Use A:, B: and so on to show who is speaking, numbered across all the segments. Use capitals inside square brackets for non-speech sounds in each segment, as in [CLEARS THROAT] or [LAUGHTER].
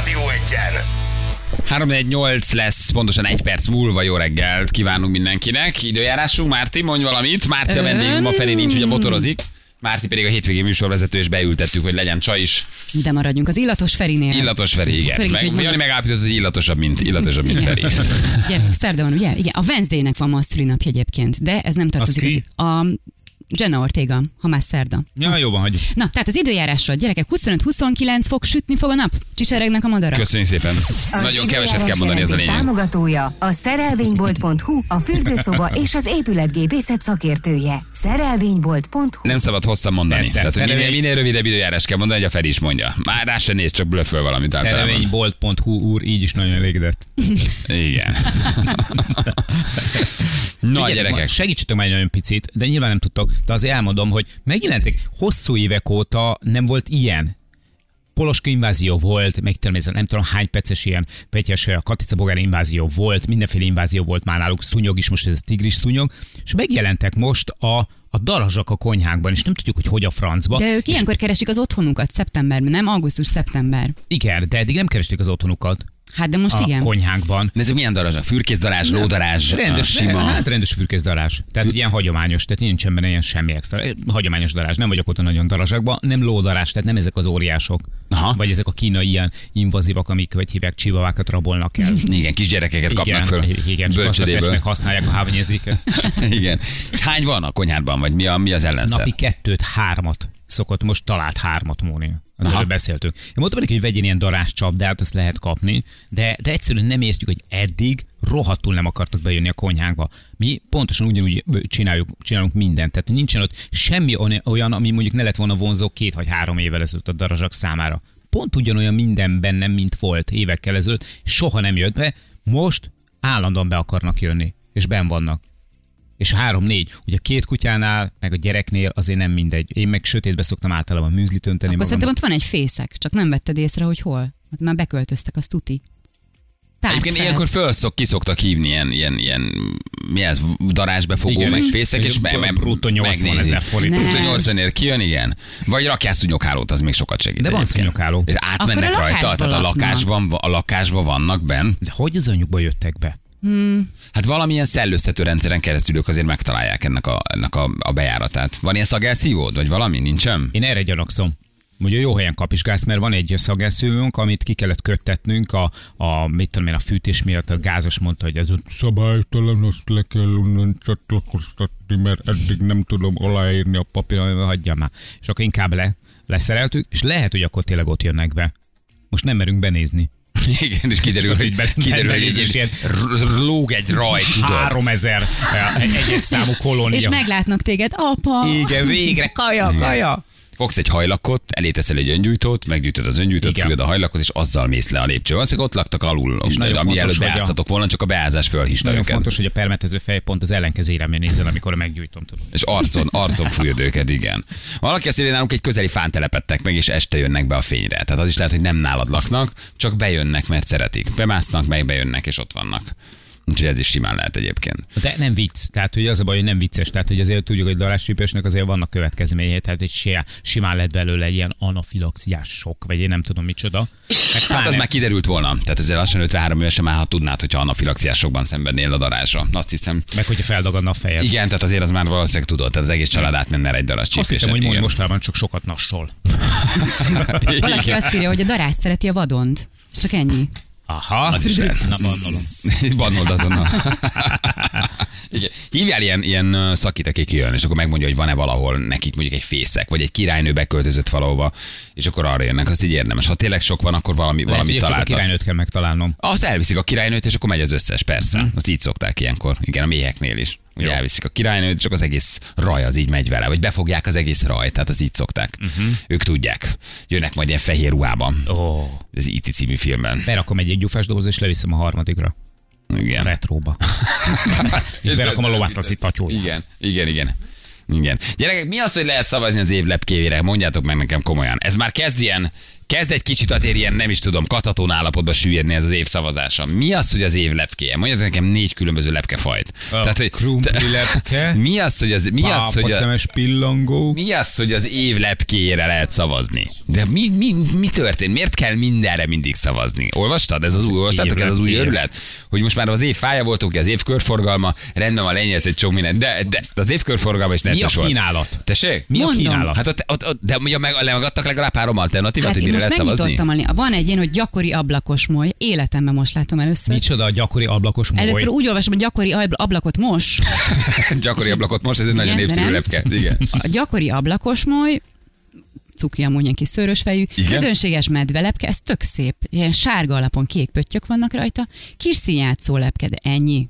A: legyen.
B: 318 lesz, pontosan egy perc múlva jó reggelt kívánunk mindenkinek. Időjárásunk, Márti, mondj valamit. Márti a vendégünk, ma felé nincs, ugye motorozik. Márti pedig a hétvégi műsorvezető, és beültettük, hogy legyen csaj is.
C: De maradjunk az illatos Ferinél.
B: Illatos Feri, igen.
C: Feri is egy
B: Meg,
C: magyar.
B: Jani megállapított, hogy illatosabb, mint, illatosabb, mint Feri.
C: Ugye, szerda van, ugye? Igen, a Wednesday-nek van ma a szülinapja egyébként, de ez nem tartozik.
D: ki?
C: az- A Jenna Ortega, ha már szerda.
D: Ja, jó van, hogy
C: Na, tehát az időjárásról, gyerekek, 25-29 fog sütni fog a nap, csicseregnek a madarak.
B: Köszönjük szépen.
E: Az
B: Nagyon keveset kell
E: időjárás
B: mondani, ez a
E: jelentés
B: lényeg.
E: Támogatója a szerelvénybolt.hu, a fürdőszoba és az épületgépészet szakértője. Szerelvénybolt.hu
B: Nem szabad hosszan mondani.
D: Persze,
B: Tehát, hogy minél,
D: szerelvény-
B: minél rövidebb időjárás kell mondani, hogy a Feri is mondja. Már rá se néz, csak blöföl valamit általában.
D: szerelvénybolt.hu úr így is nagyon elégedett.
B: Igen. [LAUGHS] Na,
D: Figyeljetek,
B: gyerekek.
D: ma Segítsetek már egy nagyon picit, de nyilván nem tudtok, de azért elmondom, hogy megjelentek hosszú évek óta nem volt ilyen. Poloska invázió volt, meg természetesen nem tudom hány perces ilyen petyes eh, Katica Bogár invázió volt, mindenféle invázió volt már náluk, szúnyog is most ez a tigris szúnyog, és megjelentek most a, a darazsak a konyhákban, és nem tudjuk, hogy hogy a francba.
C: De ők
D: És
C: ilyenkor keresik az otthonukat szeptemberben, nem augusztus-szeptember.
D: Igen, de eddig nem kerestük az otthonukat
C: Hát de most
D: a
C: igen.
D: konyhánkban.
B: Nézzük, milyen darazsak? Fürkészdarázs, lódarázs,
D: Rendes,
B: sima.
D: Hát rendes fürkészdarás. Tehát ilyen hagyományos, tehát nincsen benne ilyen semmi extra. Eh, Hagyományos darás, nem vagyok ott a nagyon darazsakban, nem lódarás, tehát nem ezek az óriások.
B: Aha.
D: Vagy ezek a kínai ilyen invazívak, amik vagy hívják csivavákat
B: [LAUGHS]
D: rabolnak el.
B: Igen, kisgyerekeket kapnak föl
D: igen, csak azt a
B: bölcsödéből.
D: testnek használják a hávanyezéket.
B: [LAUGHS] Igen. És hány van a konyhádban, vagy mi, a, mi az ellenszer?
D: Napi kettőt, hármat szokott, most talált hármat Móni. Az
B: Aha.
D: előbb beszéltünk. Én mondtam neki, hogy vegyél ilyen darás csapdát, azt lehet kapni, de, de egyszerűen nem értjük, hogy eddig rohadtul nem akartak bejönni a konyhánkba. Mi pontosan ugyanúgy csináljuk, csinálunk mindent. Tehát nincsen ott semmi olyan, ami mondjuk ne lett volna vonzó két vagy három évvel ezelőtt a darazsak számára. Pont ugyanolyan minden bennem, mint volt évekkel ezelőtt. Soha nem jött be, most állandóan be akarnak jönni, és ben vannak és három-négy. Ugye a két kutyánál, meg a gyereknél azért nem mindegy. Én meg sötétbe szoktam általában műzlit önteni
C: Akkor szerintem
D: magamnak.
C: ott van egy fészek, csak nem vetted észre, hogy hol. Ott már beköltöztek, azt tuti. Tárgy
B: Egyébként
C: fel.
B: ilyenkor felszok, ki szoktak hívni ilyen, ilyen, ilyen mi ez, darázsbefogó,
D: Igen,
B: meg
D: és-
B: fészek, és
D: és
B: me, me,
D: bruttó 80
B: megnézi.
D: ezer forint.
B: Bruttó
C: Nem.
B: 80 ér kijön, igen. Vagy rakják szúnyoghálót, az még sokat segít.
D: De van
B: egyébként.
D: szúnyogháló.
B: És átmennek
C: Akkor a
B: rajta,
C: lakásba
B: tehát a
C: laknak.
B: lakásban, a lakásban vannak benn.
D: De hogy az anyjukba jöttek be?
B: Hát valamilyen szellőztető rendszeren keresztül ők azért megtalálják ennek a, ennek a, a bejáratát. Van ilyen szagelszívód, vagy valami? Nincsen?
D: Én erre gyanakszom. Ugye jó helyen kapiskálsz, mert van egy szagelszőnk, amit ki kellett köttetnünk a, a, mit tudom én, a fűtés miatt a gázos mondta, hogy ez ott
F: Szabálytalan, azt le kell onnan csatlakoztatni, mert eddig nem tudom aláírni a papírt.
D: papír, amivel hagyja már. És akkor inkább le, leszereltük, és lehet, hogy akkor tényleg ott jönnek be. Most nem merünk benézni.
B: [LAUGHS] Igen, és kiderül,
D: Tudod, így
B: hogy,
D: be-
B: kiderül, hogy
D: benéz, és
B: egy,
D: ilyen
B: r- lóg egy rajt, tudod.
D: 3000 egy, egy e, számú kolónia.
C: És meglátnak téged, apa.
D: Igen, végre, kaja, kaja.
B: Fogsz egy hajlakot, eléteszel egy öngyújtót, meggyűjtöd az öngyújtót,
D: Igen.
B: fülöd a hajlakot, és azzal mész le a lépcsőn. Valószínűleg ott laktak alul, és
D: nagyon
B: ami
D: fontos,
B: előtt
D: hogy a-
B: beáztatok volna, csak a beázás fölhista
D: Nagyon
B: őket.
D: fontos, hogy a permetező fej pont az ellenkező irányba nézzen, amikor meggyújtom. Tudod.
B: És arcon, arcon fújod őket, igen. Valaki azt írja, hogy nálunk egy közeli fán telepettek meg, és este jönnek be a fényre. Tehát az is lehet, hogy nem nálad laknak, csak bejönnek, mert szeretik. Bemásznak, meg bejönnek, és ott vannak. Úgyhogy ez is simán lehet egyébként.
D: De nem vicc. Tehát, hogy az a baj, hogy nem vicces. Tehát, hogy azért tudjuk, hogy daráscsípésnek azért vannak következményei. Tehát, hogy se, simán lett belőle egy ilyen anafilaxiás sok, vagy én nem tudom micsoda.
B: Hát
D: Meg
B: az
D: pláne-
B: már kiderült volna. Tehát ezzel lassan 53 évesen már, ha tudnád, hogyha anafilaxiásokban szenvednél a darásra. Azt hiszem.
D: meg hogyha feldagadna a fejed.
B: Igen, tehát azért az már valószínűleg tudod, tehát az egész család átmenne el egy darás
D: Azt
B: csípésen.
D: hittem, hogy mondj
B: igen.
D: mostában csak sokat nassol.
C: Valaki azt írja, hogy a darás szereti a vadont. És Csak ennyi.
D: Aha.
B: Az is lehet.
D: Na, gondolom.
B: Bannold azonnal. Igen. Hívjál ilyen, ilyen ö, szakit, aki kijön, és akkor megmondja, hogy van-e valahol nekik mondjuk egy fészek, vagy egy királynő beköltözött valahova, és akkor arra jönnek, az így érdemes. Ha tényleg sok van, akkor valami,
D: Lehet,
B: valami
D: hogy csak a
B: találtak.
D: királynőt kell megtalálnom.
B: Azt elviszik a királynőt, és akkor megy az összes, persze. Mm. Azt így szokták ilyenkor. Igen, a méheknél is. Ugye
D: Mhm. Jó.
B: elviszik a királynőt, csak az egész raj az így megy vele, vagy befogják az egész raj, tehát azt így szokták. Uh-huh. Ők tudják. Jönnek majd ilyen fehér ruhában.
D: Mhm. Ó. Oh.
B: Ez IT című filmben.
D: Berakom egy, egy gyufás doboz, és leviszem a harmadikra.
B: Igen. [LAUGHS]
D: Retróba. Így berakom a lovászlaszi tatyója.
B: Igen, igen, igen. Igen. Gyerekek, mi az, hogy lehet szavazni az év lepkévére? Mondjátok meg nekem komolyan. Ez már kezd ilyen, Kezd egy kicsit azért ilyen, nem is tudom, kataton állapotba süllyedni ez az év szavazása. Mi az, hogy az év lepkéje? Mondjatok nekem négy különböző lepkefajt. Tehát, hogy
F: krumpli lepke,
B: mi az, hogy az, mi az, hogy a,
F: pápaszemes pillangó,
B: mi az, hogy az év lepkéjére lehet szavazni? De mi, mi, mi történt? Miért kell mindenre mindig szavazni? Olvastad? Ez az, új, olvastátok ez az új
D: lepkéje.
B: örület? Hogy most már az év fája volt, oké, az év körforgalma, rendben van, lenyelsz egy csomó mindent, de, de az év körforgalma is
D: Mi a
B: necces volt.
D: kínálat?
B: Tessék?
D: Mi a
C: Mondom.
D: kínálat?
B: Hát ott, ott, ott, de ugye meg, megadtak legalább három alternatívát,
C: Hát
B: hogy
C: én
B: mire
C: most
B: lehet szavazni?
C: megnyitottam a... Van egy ilyen, hogy gyakori ablakos moly. Életemben most látom először.
D: Micsoda a gyakori ablakos moly.
C: Először úgy olvasom, hogy gyakori abl- ablakot mos.
B: [LAUGHS] Gyakori ablakot most, ez egy nagyon
C: Igen, de
B: népszerű
C: nem.
B: lepke. Igen.
C: A gyakori ablakos moly, cuki amúgy ilyen kis szőrös fejű,
B: Igen?
C: közönséges medvelepke, ez tök szép. Ilyen sárga alapon kék pöttyök vannak rajta, kis színjátszó lepke, de ennyi.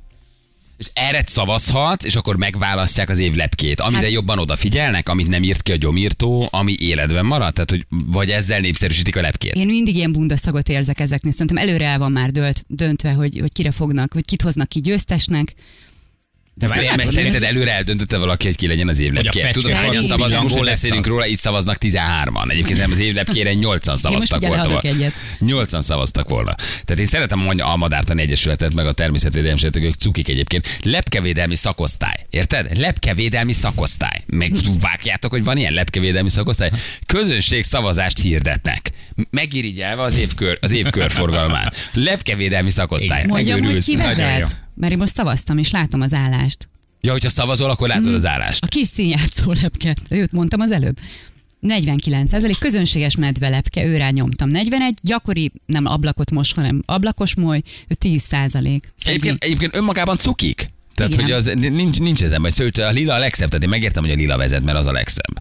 B: És erre szavazhatsz, és akkor megválasztják az év lepkét. Amire
C: Hát-
B: jobban odafigyelnek, amit nem írt ki a gyomírtó, ami életben maradt. Tehát, hogy vagy ezzel népszerűsítik a lepkét.
C: Én mindig ilyen bunda szagot érzek ezeknél. Szerintem előre el van már dölt, döntve, hogy, hogy kire fognak, hogy kit hoznak ki győztesnek.
B: De
C: ezt
B: várjál,
C: nem
B: mert
C: látod,
B: szerinted előre eldöntötte valaki, hogy ki legyen az év
D: Hogy a
B: lepkét.
D: fecske
B: Tudod, hányan
C: fog
B: szavaznak,
D: pillangó
B: most nem
D: lesz
B: beszélünk
D: az.
B: róla, itt szavaznak 13-an. Egyébként nem az év lepkére 8-an szavaztak
C: ugye
B: volna.
C: leadok egyet.
B: 8-an szavaztak volna. Tehát én szeretem mondja a Madártani Egyesületet, meg a Természetvédelmi Sértők, ők cukik egyébként. Lepkevédelmi szakosztály. Érted? Lepkevédelmi szakosztály. Meg
C: Hm.
B: vágjátok, hogy van ilyen lepkevédelmi szakosztály. Közönség szavazást hirdetnek. Megirigyelve az évkör, az évkörforgalmát.
C: [LAUGHS]
B: Lepkevédelmi szakosztály.
C: Mondjam, hogy
B: Megőrülsz.
C: ki
B: Nagyon jó.
C: vezet. Mert én most szavaztam, és látom az állást.
B: Ja, hogyha szavazol, akkor
C: Hm.
B: látod az állást.
C: A kis színjátszó lepke, őt mondtam az előbb. 49 ezelig közönséges medvelepke, őrá nyomtam. 41, gyakori, nem ablakot mos, hanem ablakos moly, ő 10 százalék. Szóval
B: Egyébként, egyébként önmagában cukik. Tehát,
C: Igen.
B: hogy az, nincs, nincs ezen, vagy sőt, a lila a legszebb, tehát én megértem, hogy a lila vezet, mert az a legszebb.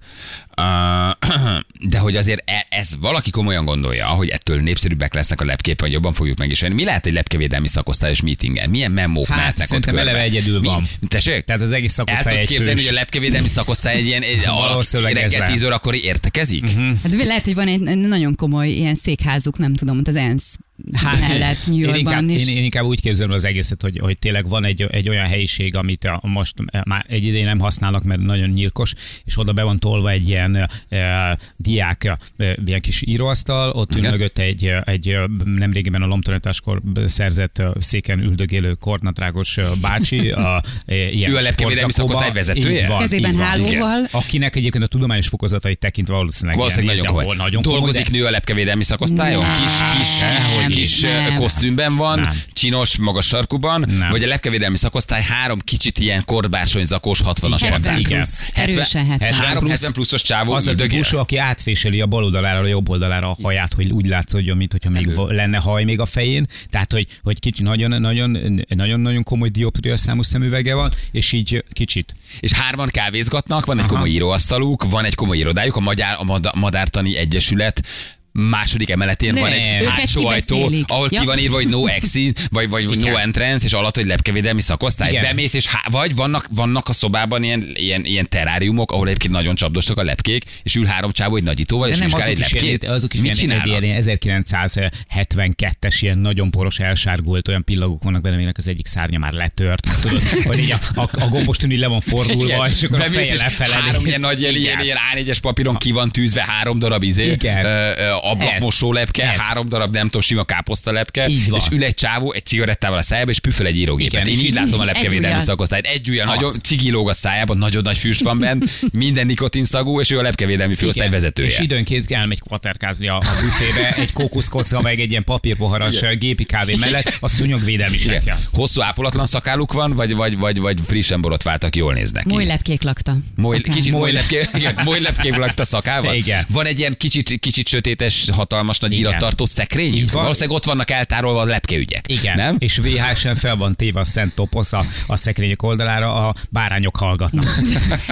B: Uh, [CLEARS THROAT] de hogy azért e- ez valaki komolyan gondolja, hogy ettől népszerűbbek lesznek a lepképen, hogy jobban fogjuk megismerni. Mi lehet egy lepkevédelmi szakosztályos meetingen? Milyen memmók
D: Hát,
B: mehetnek ott
D: szerintem
B: körbe?
D: eleve egyedül
B: Mi?
D: van.
B: Tessék?
D: Tehát az egész
B: el
D: szakosztály
B: tudod
D: egy
B: képzelni,
D: fős.
B: hogy a lepkevédelmi szakosztály egy ilyen egy-
D: Valószínűleg ez
B: reggel
D: lehet. Mhm.
B: 10 órakor értekezik? Uh-huh.
C: Hát lehet, hogy van egy nagyon komoly ilyen székházuk, nem tudom, ott az ENSZ hát, mellett New
D: én inkább,
C: Yorkban is.
D: Én, én inkább úgy képzelem az egészet, hogy, hogy tényleg van egy, egy olyan helyiség, amit a, most e, már egy ideje nem használnak, mert nagyon nyilkos, és oda be van tolva egy ilyen e, diák, e, ilyen kis íróasztal, ott ül
B: Igen.
D: mögött egy, e, egy e, nemrégiben a lomtalanításkor szerzett e, széken üldögélő kornatrágos e, bácsi. A, e, ilyen
B: Ő a lepkevédelmi
D: sportzakóba.
B: szakosztály vezetője?
D: Így van,
C: Kezében
D: így van,
C: hálóval.
D: igen. Akinek egyébként a tudományos fokozatait tekintve valószínűleg,
B: Valószínűleg
D: ilyen
B: nagyon komoly.
D: nézem, hol nagyon
B: Dolgozik
D: komoly,
B: nő a lepkevédelmi szakosztályon?
C: Nem.
B: Kis, kis,
C: Nem,
B: kis, kis
C: nem.
B: ö, kosztümben van,
D: Nem.
B: csinos, magas sarkuban,
D: Nem.
B: vagy a lepkevédelmi szakosztály három kicsit ilyen korbársonyzakós 60-as
C: 70
B: pacák.
C: plusz. Erősen 70
B: Három
D: plusz.
B: 70 pluszos csávó,
D: az a
B: üldögél.
D: típusú, aki átféseli a bal oldalára, a jobb oldalára a haját, hogy úgy látszódjon, mintha
B: Hát
D: még va- lenne haj még a fején. Tehát, hogy, hogy kicsi, nagyon, nagyon, nagyon, nagyon komoly dioptria számú szemüvege van, és így kicsit.
B: és hárman kávézgatnak, van egy komoly íróasztaluk, van egy komoly irodájuk, a Magyar a Mada- Madártani Egyesület második emeletén
D: Nem.
B: van egy
D: Őket
B: hátsó ajtó,
C: kibeszélik.
B: ahol ki
C: Ja.
B: van írva, hogy no exit, vagy, vagy no
D: Igen.
B: entrance, és alatt, hogy lepkevédelmi szakosztály.
D: Igen.
B: Bemész, és há- vagy vannak, vannak a szobában ilyen, ilyen, ilyen teráriumok, ahol egyébként nagyon csapdostak a lepkék, és ül három csávó egy nagyítóval, és vizsgál egy
D: is,
B: lepkét.
D: ilyen, azok is
B: Mit
D: ilyen,
B: csinálnak?
D: ilyen, ilyen 1972-es, ilyen nagyon poros, elsárgult olyan pillagok vannak benne, aminek az egyik szárnya már letört. Tudod, hogy így a, a, a gombos tűn így le van fordulva,
B: Igen.
D: és akkor a
B: Bemész,
D: feje
B: és
D: lefele.
B: Három
D: néz.
B: ilyen nagy, ilyen, ilyen,
D: Igen.
B: ilyen A4-es papíron ki van tűzve három darab izé,
D: Igen.
B: ö, ö, ablakmosó
D: Ez.
B: lepke,
D: Ez.
B: három darab nem tudom, sima káposzta lepke,
D: Így van.
B: és ül egy csávó egy cigarettával a szájába, és püföl egy írógépet.
D: Igen,
B: Én
D: és
B: így
D: így-
B: látom a
C: egy
B: lepkevédelmi
C: ujjal.
B: szakosztályt. Egy ujja
D: Az.
B: nagyon cigilóg a szájában, nagyon nagy füst van bent,
D: [LAUGHS]
B: minden nikotin szagú, és ő a lepkevédelmi főosztály
D: Igen. És
B: vezetője.
D: időnként elmegy kvaterkázni a, a büfébe, egy kókuszkocka, meg egy ilyen papírpoharas gépi kávé mellett, a szúnyogvédelmi
B: Igen.
D: sekel.
B: Hosszú ápolatlan szakáluk van, vagy, vagy, vagy, vagy frissen borotvált, jól néznek ki.
C: Moly lepkék lakta.
B: Moly,
C: Szakán.
B: kicsit moly, lepké, [LAUGHS] igen, moly lepkébb lakta szakával?
D: Igen.
B: Van egy ilyen kicsit, kicsit sötétes, hatalmas nagy
D: Igen.
B: irattartó szekrény?
D: Így van.
B: Valószínűleg ott vannak eltárolva a lepkeügyek.
D: Igen,
B: Nem?
D: nem? és VHS-en fel van téve a Szent Toposz a, a szekrények oldalára, a bárányok hallgatnak.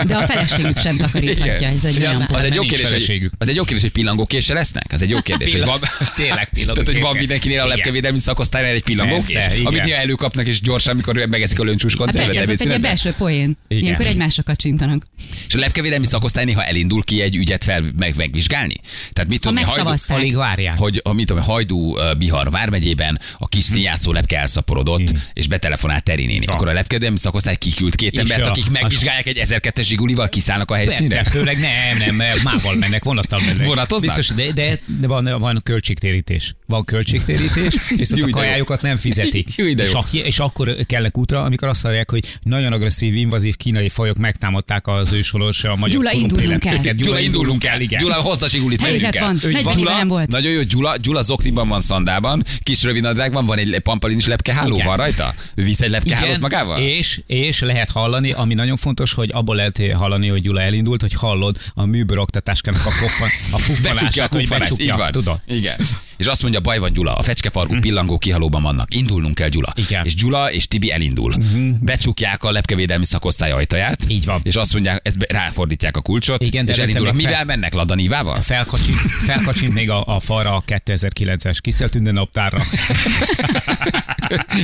C: De a feleségük sem takaríthatja, ez egy olyan.
B: az egy jó
D: nincs
B: kérdés, hogy,
D: feleségük.
B: az egy jó kérdés, hogy pillangókése lesznek? Az egy jó kérdés, hogy van,
D: [LAUGHS] Tényleg pillangókése.
B: tehát, hogy van mindenkinél a
D: Igen.
B: lepkevédelmi szakosztálynál egy pillangókés,
D: Persze, igen.
B: amit néha előkapnak, és gyorsan, amikor megeszik a löncsús
C: Hát
B: koncertet.
C: persze, az ott egy ilyen
B: ebédszünetben.
C: belső poén.
D: Igen.
C: Ilyenkor egymásra kacsintanak.
B: És a lepkevédelmi szakosztály néha elindul ki egy ügyet fel meg, megvizsgálni. Tehát mit tudom, én,
C: megszavazták megszavazták.
D: Alig várják.
B: hogy a, mit tudom, Hajdú ö, Bihar vármegyében a kis színjátszó lepke elszaporodott, és betelefonált Teri néni. Akkor a lepkedelmi szakosztály kiküld két
D: És
B: embert,
D: a-
B: akik
D: a-
B: megvizsgálják egy 1002-es zsigulival, kiszállnak a helyszínre.
D: Persze, főleg nem, nem,
B: [LAUGHS]
D: mert mával mennek, vonattal mennek.
B: Vonatoznak?
D: Biztos, de, de, de van, van költségtérítés. Van
B: [LAUGHS]
D: költségtérítés, viszont
B: Jó,
D: a
B: de jó.
D: kajájukat nem fizetik.
B: Jó, de
D: és,
B: jó.
D: ak- és akkor kellnek útra, amikor azt mondják, hogy nagyon agresszív, invazív kínai fajok megtámadták az ősoros a magyar
C: Gyula, indulnunk
D: korumpa
C: kell.
D: életüket.
B: Gyula, indulunk el,
D: igen.
B: Gyula, hozd a zsigulit,
C: Helyzet
B: megyünk el.
C: van,
B: Úgy
C: 40 éve nem volt.
B: Nagyon jó, Gyula, Gyula zokniban van, szandában, kis rövidnadrágban van egy pampalinis lepkeháló,
D: Igen.
B: van rajta? Ő visz egy lepkehálót magával?
D: És, és lehet hallani, ami nagyon fontos, hogy abból lehet hallani, hogy Gyula elindult, hogy hallod a műbőr oktatáskának a, koffan, a
B: Becsukja a
D: puffanását, hogy
B: kuffarást, így
D: becsukja,
B: van.
D: tudod.
B: Igen. És azt mondja, baj van Gyula, a fecskefargú pillangó kihalóban vannak, indulnunk kell Gyula.
D: Mhm. Igen. Mhm.
B: És Gyula és Tibi elindul. Becsukják a lepkevédelmi szakosztály ajtaját.
D: Így van.
B: És azt mondják, ezt be- ráfordítják a kulcsot,
D: Igen, de
B: és
D: előtte
B: elindulnak.
D: még
B: Mivel
D: fel-
B: mennek?
D: [LAUGHS]
B: Ladanívával?
D: Felkacsint, felkacsint még a, a falra a 2009-es kiszeltünde naptárra.
B: [LAUGHS]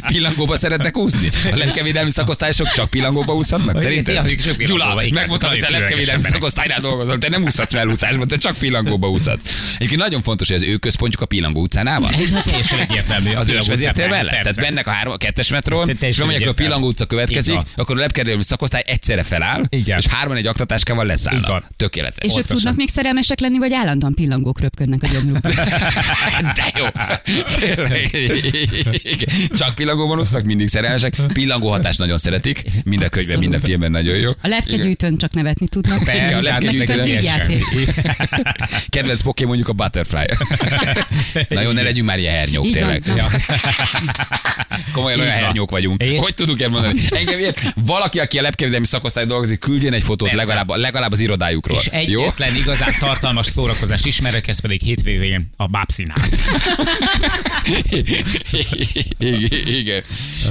B: pillangóba szeretnek úszni? A lepkevédelmi szakosztályosok csak pillangóba úszhatnak?
D: Igen,
B: Szerintem?
D: tényleg, csak pillangóba,
B: Gyula,
D: igen.
B: megmondtam, hogy te
D: Nagyon
B: lepkevédelmi
D: különleges
B: szakosztálynál dolgozol, te nem úszhatsz felúszásban, te csak pillangóba úszhatsz. Egyébként nagyon fontos, hogy az ő központjuk a pillangó utcánál van.
D: Teljesen egyértelmű.
B: Az
D: világ
B: ős vezértér
D: utcán,
B: mellett? Tehát
D: persze.
B: mennek a, három, a kettes metrón,
D: Tehát
B: és
D: teljesen
B: mondják, hogy a
D: egyértelmű.
B: Pillangó utca következik,
D: Így van.
B: akkor a lepkedelmi szakosztály egyszerre feláll,
D: Igen.
B: és hárman egy aktatáskával
D: Így
B: leszáll.
D: van.
B: Tökéletes.
C: És ők
B: Pontosan.
C: tudnak még szerelmesek lenni, vagy állandóan pillangók röpködnek a gyomrukban.
B: [LAUGHS] [LAUGHS] De jó. Tényleg. Igen. Csak pillangóban úsznak, mindig szerelmesek. Pillangó hatást nagyon szeretik. Minden könyvben,
C: Abszolút.
B: minden filmben nagyon jó.
C: A lepkegyűjtőn csak nevetni tudnak.
B: Persze, a
C: Nekik
B: lepkegyűjtőn
C: az hát így
B: ilyesmi.
C: játék.
B: [LAUGHS] Kedvenc poké mondjuk a Butterfly. Na jó, ne legyünk már ilyen hernyók,
C: Így van,
B: tényleg.
C: na.
B: Ja. [LAUGHS] Komolyan olyan
D: Így van.
B: hernyók vagyunk.
D: És?
B: Hogy tudunk elmondani? Engem ilyet, valaki, aki a lepkevédelmi szakosztály dolgozik, küldjön egy fotót
D: Persze.
B: legalább, legalább az irodájukról.
D: És
B: jó?
D: egyetlen igazán tartalmas szórakozást ismerek, ez pedig hétvégén a bábszínház.
B: Igen, [LAUGHS] Igen.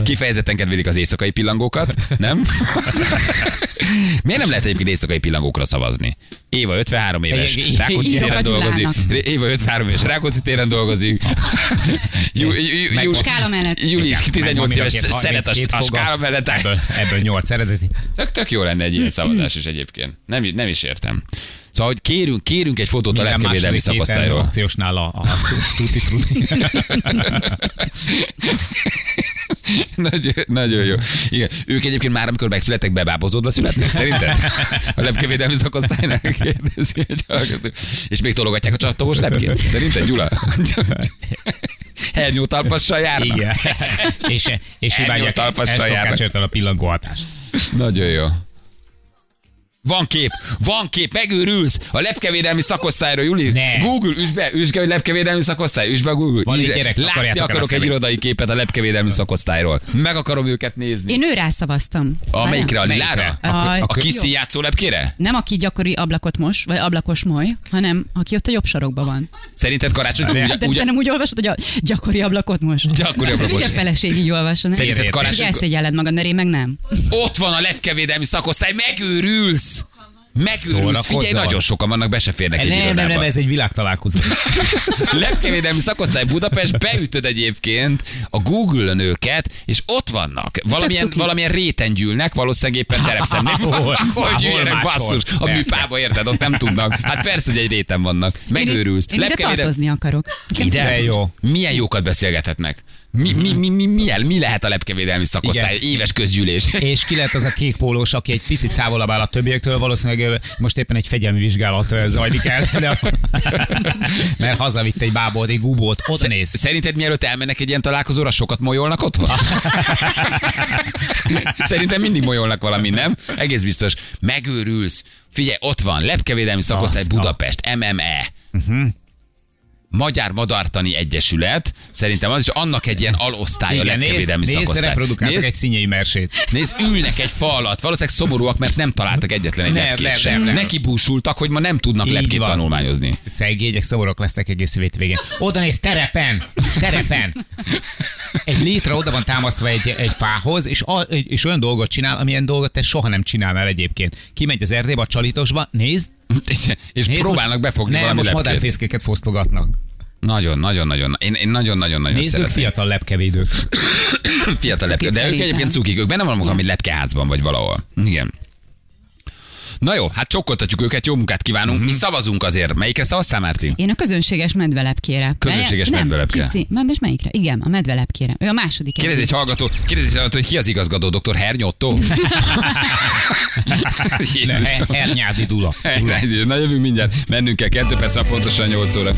B: Kifejezetten kedvelik az éjszakai pillangókat, nem? [LAUGHS] Miért nem lehet egyébként éjszakai pillangókra szavazni? Éva 53 éves,
D: Igen,
B: Rákóczi
C: írok a
B: téren dolgozik.
C: Gyulának.
B: Éva 53 éves, Rákóczi téren dolgozik.
D: [LAUGHS]
B: Jú- jú- jú-
D: Meg-
B: Júli-
C: Skála mellett.
B: Júli
D: Igen,
B: 18 éves,
D: megmondom,
B: szeret a,
D: 32
B: a
D: foga.
B: skála mellett.
D: Ebből, ebből 8 eredeti.
B: Tök, tök jó lenne egy ilyen szavazás is egyébként. Nem, nem is értem. Szóval, hogy kérünk, kérünk egy fotót a
D: Minden
B: lepkevédelmi
D: második héten
B: szakosztályról.
D: akciósnál a, a tuti frutti.
B: [LAUGHS] [LAUGHS] nagyon, nagyon jó. Igen. Ők egyébként már, amikor megszülettek, bebábozódva születnek, szerinted? A lepkevédelmi szakosztálynál kérdezi, hogy hallgató. És még tologatják a csatogos lepkét. Szerinted,
D: [LAUGHS]
B: Gyula? Hernyó talpassal járnak.
D: Igen. és és
B: Ernyő
D: imádják
B: talpassal járnak.
D: estokácsörtől a pillangó hatást.
B: Nagyon jó. Van kép, van kép, megőrülsz a lepkevédelmi szakosztályról, Juli.
D: Ne.
B: Google, üsd be, üsd be, hogy lepkevédelmi szakosztály, üsd be Google.
D: Van egy
B: Írj-
D: gyerek,
B: Látni
D: akarjátok el a
B: akarok egy
D: szemét.
B: irodai képet a lepkevédelmi szakosztályról. Meg akarom őket nézni.
C: Én őrá szavaztam.
B: A melyikre? A
D: Melyikre?
B: Lilára?
C: A-
B: A, a
C: a-
B: kis játszó lepkére?
C: Nem aki gyakori ablakot mos, vagy ablakos moly, hanem aki ott a jobb sarokban van.
B: Szerinted karácsonyban
D: Hát De-
B: ugyan,
C: De te
B: ugyan,
C: nem úgy olvasod, hogy a gyakori ablakot mos.
B: Gyakori ablakos.
C: Ugye feleség így olvasod. nem?
B: Szerinted
C: És
B: karácsony-
C: így elszégyelled magad, mert én meg nem.
B: ott van a lepkevédelmi szakosztály, megőrülsz! Megőrülsz,
D: Szórakozza.
B: figyelj, nagyon sokan vannak, be se férnek egy
D: Nem, nem,
B: irodába.
D: nem,
B: [LAUGHS]
D: ez egy világtalálkozó.
B: Lepkevédelmi szakosztály Budapest, beütöd egyébként a Google-ön őket, és ott vannak. Valamilyen,
C: cuki.
B: valamilyen réten gyűlnek, valószínűleg éppen terepszemnek.
D: Hol?
B: Hogy
D: Hol
B: gyűljenek,
D: máshol?
B: basszus. A
D: Persze.
B: műpába érted, ott nem tudnak. Hát persze, hogy egy réten vannak. Megőrülsz.
C: Én, én ide
B: Lepkevédelmi-
C: tartozni akarok.
B: Ide.
D: De jó.
B: Milyen jókat beszélgethetnek? Mi, mi, mi, mi, mi, mi lehet a lepkevédelmi szakosztály?
D: Igen.
B: Éves közgyűlés.
D: És ki lehet az a kék pólós, aki egy picit távolabb áll a többiektől, valószínűleg ö, most éppen egy fegyelmi vizsgálat ö, zajlik el, de, mert hazavitt egy bábot, egy gubót, oda néz.
B: Szerinted mielőtt elmennek egy ilyen találkozóra, sokat molyolnak
D: [LAUGHS]
B: otthon? Szerintem mindig molyolnak valami, nem? Egész biztos. Megőrülsz. Figyelj, ott van, lepkevédelmi szakosztály
D: Azta.
B: Budapest, MME.
D: Mhm.
B: Magyar Madartani Egyesület, szerintem az is annak egy ilyen alosztálya
D: Igen, nézd,
B: lepkevédelmi
D: nézd
B: szakosztály.
D: reprodukáltak egy színjei mersét.
B: Nézd, ülnek egy fa alatt, valószínűleg szomorúak, mert nem találtak egyetlen egy
D: Nem,
B: lepkét
D: nem,
B: sem.
D: nem, nem.
B: Neki búsultak, hogy ma nem tudnak
D: Így
B: lepkét
D: van.
B: tanulmányozni. [LAUGHS]
D: Szegények szomorok lesznek egész hétvégén. Oda néz, terepen! Terepen! Egy létre oda van támasztva egy, egy fához, és, a, és olyan dolgot csinál, amilyen dolgot te soha nem csinálnál egyébként. Kimegy az erdébe, a csalitosba, nézd,
B: És, és
D: nézd
B: próbálnak
D: most,
B: befogni
D: nem,
B: valami
D: most
B: lepkét.
D: madárfészkéket fosztogatnak.
B: Nagyon, nagyon, nagyon. Én, én nagyon, nagyon, nagyon
D: Nézzük
B: szeretem.
D: fiatal lepkevédők.
B: [LAUGHS] fiatal
C: Cukik
B: lepke. De ők
C: szerintem.
B: egyébként cukik, ők benne vannak valami lepkeházban, vagy valahol. Igen. Na jó, hát csokkoltatjuk őket, jó munkát kívánunk.
D: Mhm.
B: Mi szavazunk azért. Melyikre szavaztál,
D: [LAUGHS]
B: Márti? [LAUGHS]
C: Én a közönséges medvelepkére.
B: Közönséges
C: Nem,
B: medvelepkére.
C: Kriszi, már most melyikre? Igen, a medvelepkére. Ő a második.
B: Kérdez egy hallgató, kérdez egy hallgató, hogy ki az igazgató, dr.
D: [LAUGHS]
B: Hernyotto? Jézus.
D: Hernyádi Dula.
B: [LAUGHS] Na jövünk mindjárt, mennünk kell, kettő perc, van pontosan 8 óra.